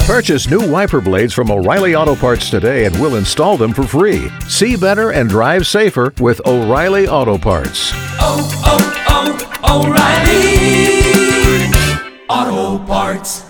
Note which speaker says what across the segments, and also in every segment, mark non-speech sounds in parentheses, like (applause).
Speaker 1: Purchase new wiper blades from O'Reilly Auto Parts today and we'll install them for free. See better and drive safer with O'Reilly Auto Parts.
Speaker 2: Oh, oh, oh, O'Reilly Auto Parts.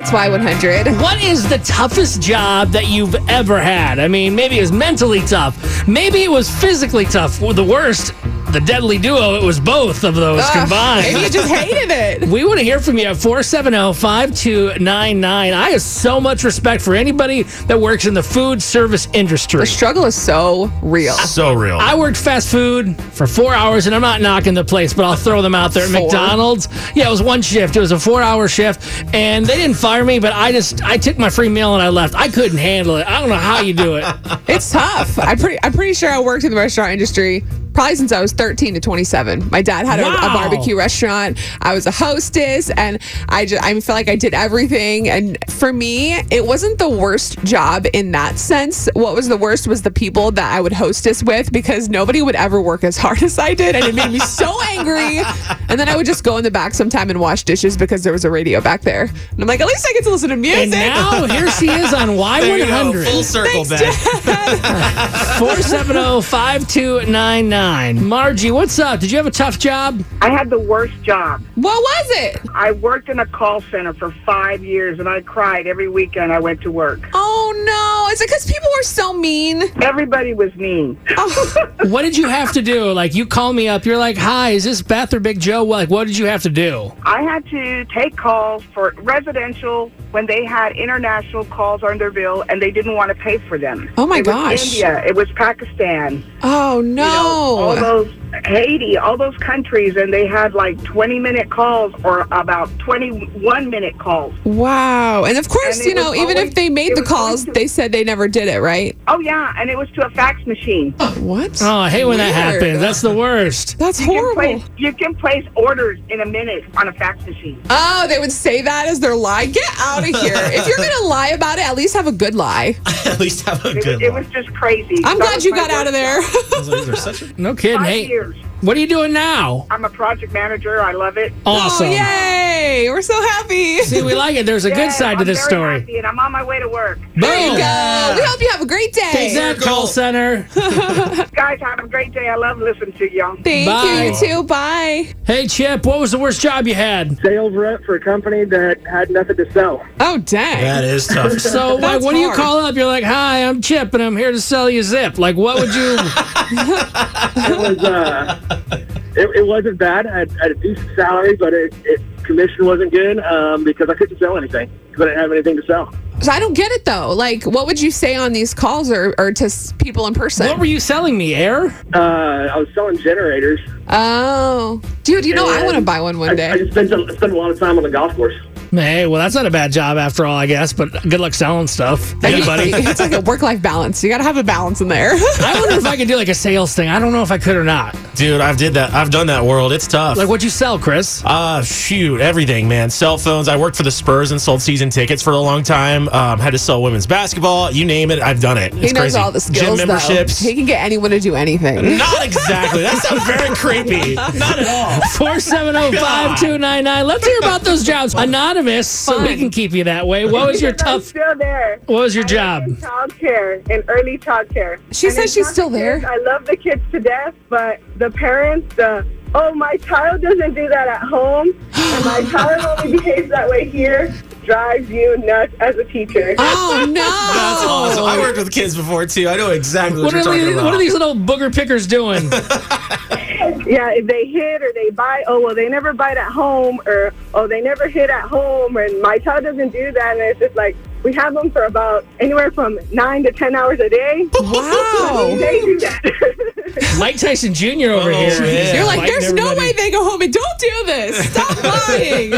Speaker 3: It's Y100.
Speaker 4: What is the toughest job that you've ever had? I mean, maybe it was mentally tough. Maybe it was physically tough. Well, the worst, the deadly duo, it was both of those
Speaker 3: Maybe you
Speaker 4: combined.
Speaker 3: just hated it.
Speaker 4: We want to hear from you at oh, 470 5299. I have so much respect for anybody that works in the food service industry.
Speaker 3: The (laughs) struggle is so real.
Speaker 5: So real.
Speaker 4: I worked fast food for four hours, and I'm not knocking the place, but I'll throw them out
Speaker 5: (laughs)
Speaker 4: there at
Speaker 3: Four?
Speaker 4: McDonald's. Yeah, it was one shift. It was a four-hour shift, and they didn't fire me, but I just I took my free meal and I left. I couldn't handle it. I don't know how you do
Speaker 5: (laughs)
Speaker 4: it.
Speaker 3: It's tough. I'm pretty, I'm pretty sure I worked in the restaurant industry probably since I was 13 to 27. My dad had a, a
Speaker 4: Wow.
Speaker 3: barbecue restaurant. I was a hostess, and I just I feel like I did everything. And for me, it wasn't the worst job in that sense. What was the worst was the people that I would hostess with because nobody would ever work as hard (laughs) as I did, and it made me so angry. And then I would just go in the back sometime and wash dishes because there was a radio back there. And I'm like, at least I get to listen to music. (laughs)
Speaker 4: And now here she is on
Speaker 5: (laughs) There you go, Full
Speaker 4: Y100
Speaker 5: circle back.
Speaker 4: 470 5299. Margie, what's up? Did you have a tough job?
Speaker 6: I had the worst job.
Speaker 3: (laughs) What was it?
Speaker 6: I worked in a call center for five years and I cried every weekend I went to work.
Speaker 3: Oh no! Is it because people were so mean?
Speaker 6: Everybody was mean.
Speaker 3: Oh,
Speaker 4: What did you have to do? Like, you call me up, you're like, hi, is this Beth or Big Joe? Like, what did you have to do?
Speaker 6: I had to take calls for residential when they had international calls on their bill and they didn't want to pay for them.
Speaker 3: Oh, my
Speaker 6: It was
Speaker 3: gosh.
Speaker 6: India, it was Pakistan,
Speaker 3: oh
Speaker 6: you know, all
Speaker 3: no!
Speaker 6: those Haiti, all those countries and they had like 20 minute calls or about 21 minute calls.
Speaker 3: Wow! And of course,
Speaker 6: And it
Speaker 3: you know,
Speaker 6: was
Speaker 3: even
Speaker 6: always-
Speaker 3: if they made
Speaker 6: it
Speaker 3: the
Speaker 6: was
Speaker 3: calls,
Speaker 6: always-
Speaker 3: they said they never did it, right?
Speaker 6: Oh yeah, and it was to a fax machine.
Speaker 3: What?
Speaker 4: Oh, I hate when that
Speaker 3: Weird.
Speaker 4: happens. That's the worst.
Speaker 3: That's
Speaker 6: You can,
Speaker 3: horrible.
Speaker 6: place, you can place orders in a minute on a fax machine.
Speaker 3: Oh, they would say that as their lie. Get out
Speaker 6: (laughs)
Speaker 3: of here! if you're gonna lie about it, at least have a good lie.
Speaker 5: At least have a
Speaker 6: It,
Speaker 5: good
Speaker 6: was, it
Speaker 5: one.
Speaker 6: was just crazy.
Speaker 3: I'm
Speaker 6: That
Speaker 3: glad
Speaker 6: was
Speaker 3: you
Speaker 6: my
Speaker 3: got out of
Speaker 6: worst
Speaker 3: there.
Speaker 6: job.
Speaker 5: I was like, "These are such a-"
Speaker 4: No kidding.
Speaker 6: Five
Speaker 4: Hey,
Speaker 6: years.
Speaker 4: what are you doing now?
Speaker 6: I'm a project manager. I love it.
Speaker 3: (laughs)
Speaker 4: Awesome.
Speaker 3: Oh, yay! We're so happy.
Speaker 4: See, we like it. There's a
Speaker 6: Yay,
Speaker 4: good side to
Speaker 6: I'm
Speaker 4: this
Speaker 6: very
Speaker 4: story.
Speaker 6: happy and I'm on my way to work.
Speaker 3: There you
Speaker 4: Boom.
Speaker 3: go. We hope you have a great day.
Speaker 4: Take that
Speaker 3: (laughs)
Speaker 4: call center.
Speaker 6: Guys, have a great day. I love listening to y'all.
Speaker 3: Thank
Speaker 4: Bye.
Speaker 3: you. You too. Bye.
Speaker 4: hey, Chip, what was the worst job you had?
Speaker 7: sales rep for a company that had nothing to sell.
Speaker 3: Oh dang.
Speaker 5: That is tough.
Speaker 4: So, like,
Speaker 3: That's
Speaker 4: what do you
Speaker 3: hard.
Speaker 4: call up? You're like, hi, I'm Chip, and I'm here to sell you Zip. Like, what
Speaker 3: (laughs)
Speaker 4: would you?
Speaker 7: It was uh, it, it wasn't bad. I had, I had a decent salary, but it, it commission wasn't good um, because I couldn't sell anything. 'cause I didn't have anything to sell.
Speaker 3: So I don't get it though. Like, what would you say on these calls or, or to s- people in person?
Speaker 4: what were you selling me? Air?
Speaker 7: Uh, I was selling generators.
Speaker 3: oh, dude, you know I
Speaker 7: and
Speaker 3: want to buy one one
Speaker 7: I-
Speaker 3: day.
Speaker 7: I just spent a, spent a lot of time on the golf course.
Speaker 4: Hey, well, that's not a bad job after all, I guess. But good luck selling stuff, anybody.
Speaker 3: (laughs) it's like a work life balance. You got to have a balance in there. (laughs)
Speaker 4: I wonder if I could do like a sales thing. I don't know if I could or not.
Speaker 5: Dude, I've did that. I've done that world. It's tough.
Speaker 4: Like, what you sell,
Speaker 3: (laughs)
Speaker 4: Chris?
Speaker 5: Uh, shoot, everything, man. Cell phones. I worked for the Spurs and sold season tickets for a long time. Um, had to sell women's basketball. You name it, I've done it. It's
Speaker 3: he knows
Speaker 5: crazy.
Speaker 3: all the skills
Speaker 5: Gym memberships.
Speaker 3: though. He can get anyone to do anything.
Speaker 5: Not exactly. That sounds very creepy. Not at all.
Speaker 4: 470-5299. Let's hear about those jobs. Anonymous, so we
Speaker 3: Fun.
Speaker 4: can keep you that way. What
Speaker 3: (laughs)
Speaker 4: was your
Speaker 6: I'm
Speaker 4: tough
Speaker 6: still there.
Speaker 4: what was your
Speaker 6: I
Speaker 4: job?
Speaker 6: work in Child care and early child care.
Speaker 3: She
Speaker 6: And
Speaker 3: says
Speaker 6: I
Speaker 3: she's
Speaker 6: love
Speaker 3: still
Speaker 6: the
Speaker 3: there.
Speaker 6: kids. I love the kids to death, but the parents, the oh my child doesn't do that at home,
Speaker 3: (gasps)
Speaker 6: and my child only behaves that way here, drives you nuts as a teacher.
Speaker 3: (laughs) (gasps) oh no!
Speaker 5: That's awesome. I worked with kids before too. I know exactly
Speaker 4: what
Speaker 5: what, you're
Speaker 4: are,
Speaker 5: talking
Speaker 4: these,
Speaker 5: about.
Speaker 4: what are these little booger pickers
Speaker 5: (laughs)
Speaker 4: doing?
Speaker 6: Yeah, if they hit or they bite, oh, well, they never bite at home, or oh, they never hit at home, and my child doesn't do that. And it's just like, we have them for about anywhere from nine to 10 hours a day.
Speaker 3: Wow.
Speaker 6: They do that. (laughs)
Speaker 4: Mike Tyson Jr. over
Speaker 5: Oh,
Speaker 4: here.
Speaker 5: man.
Speaker 3: You're like,
Speaker 4: Fighting
Speaker 3: there's no
Speaker 4: everybody.
Speaker 3: way they go home and don't do this. Stop lying.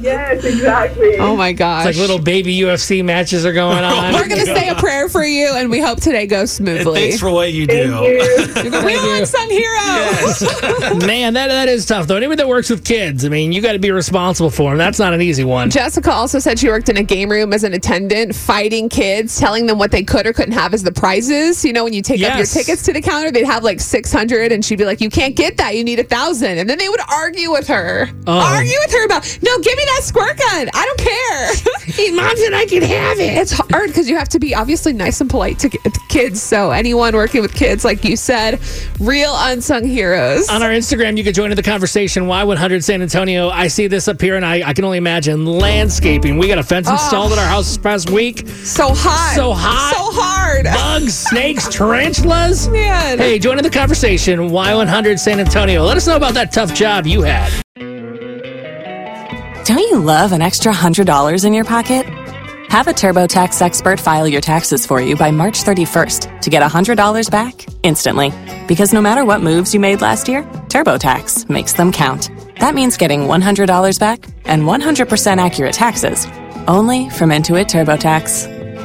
Speaker 6: yes, exactly.
Speaker 3: oh my gosh.
Speaker 4: Like little baby UFC matches are (laughs) going on.
Speaker 3: We're gonna say a prayer for you, and we hope today goes
Speaker 5: And
Speaker 3: smoothly.
Speaker 5: thanks for what you do.
Speaker 6: Thank you.
Speaker 3: You're the real
Speaker 4: (laughs)
Speaker 3: unsung hero.
Speaker 4: Man, that that is tough though. Anyone that works with kids, I mean, you got to be responsible for them. That's not an easy one.
Speaker 3: Jessica also said she worked in a game room as an attendant, fighting kids, telling them what they could or couldn't have as the prizes. You know, when you take up your
Speaker 4: Yes.
Speaker 3: tickets to the counter, they'd have like 600, and she'd be like, You can't get that. You need a 1,000. And then they would argue with her.
Speaker 4: Oh.
Speaker 3: Argue with her about, No, give me that squirt gun. I don't care.
Speaker 4: (laughs) Hey, mom said I could have it.
Speaker 3: It's hard because you have to be obviously nice and polite to ki- to kids. So anyone working with kids, like you said, real unsung heroes.
Speaker 4: on our Instagram, you could join in the conversation. Why 100 San Antonio? I see this up here, and I, I can only imagine landscaping. We got a fence installed at our house this past week.
Speaker 3: So hot.
Speaker 4: So hot.
Speaker 3: So hard.
Speaker 4: Bugs, snakes, tarantulas.
Speaker 3: Man.
Speaker 4: Hey, join in the conversation. Why 100 San Antonio? Let us know about that tough job you had.
Speaker 8: Don't you love an extra $100 in your pocket? Have a TurboTax expert file your taxes for you by March 31st to get $100 back instantly. Because no matter what moves you made last year, TurboTax makes them count. That means getting $100 back and 100% accurate taxes only from Intuit TurboTax.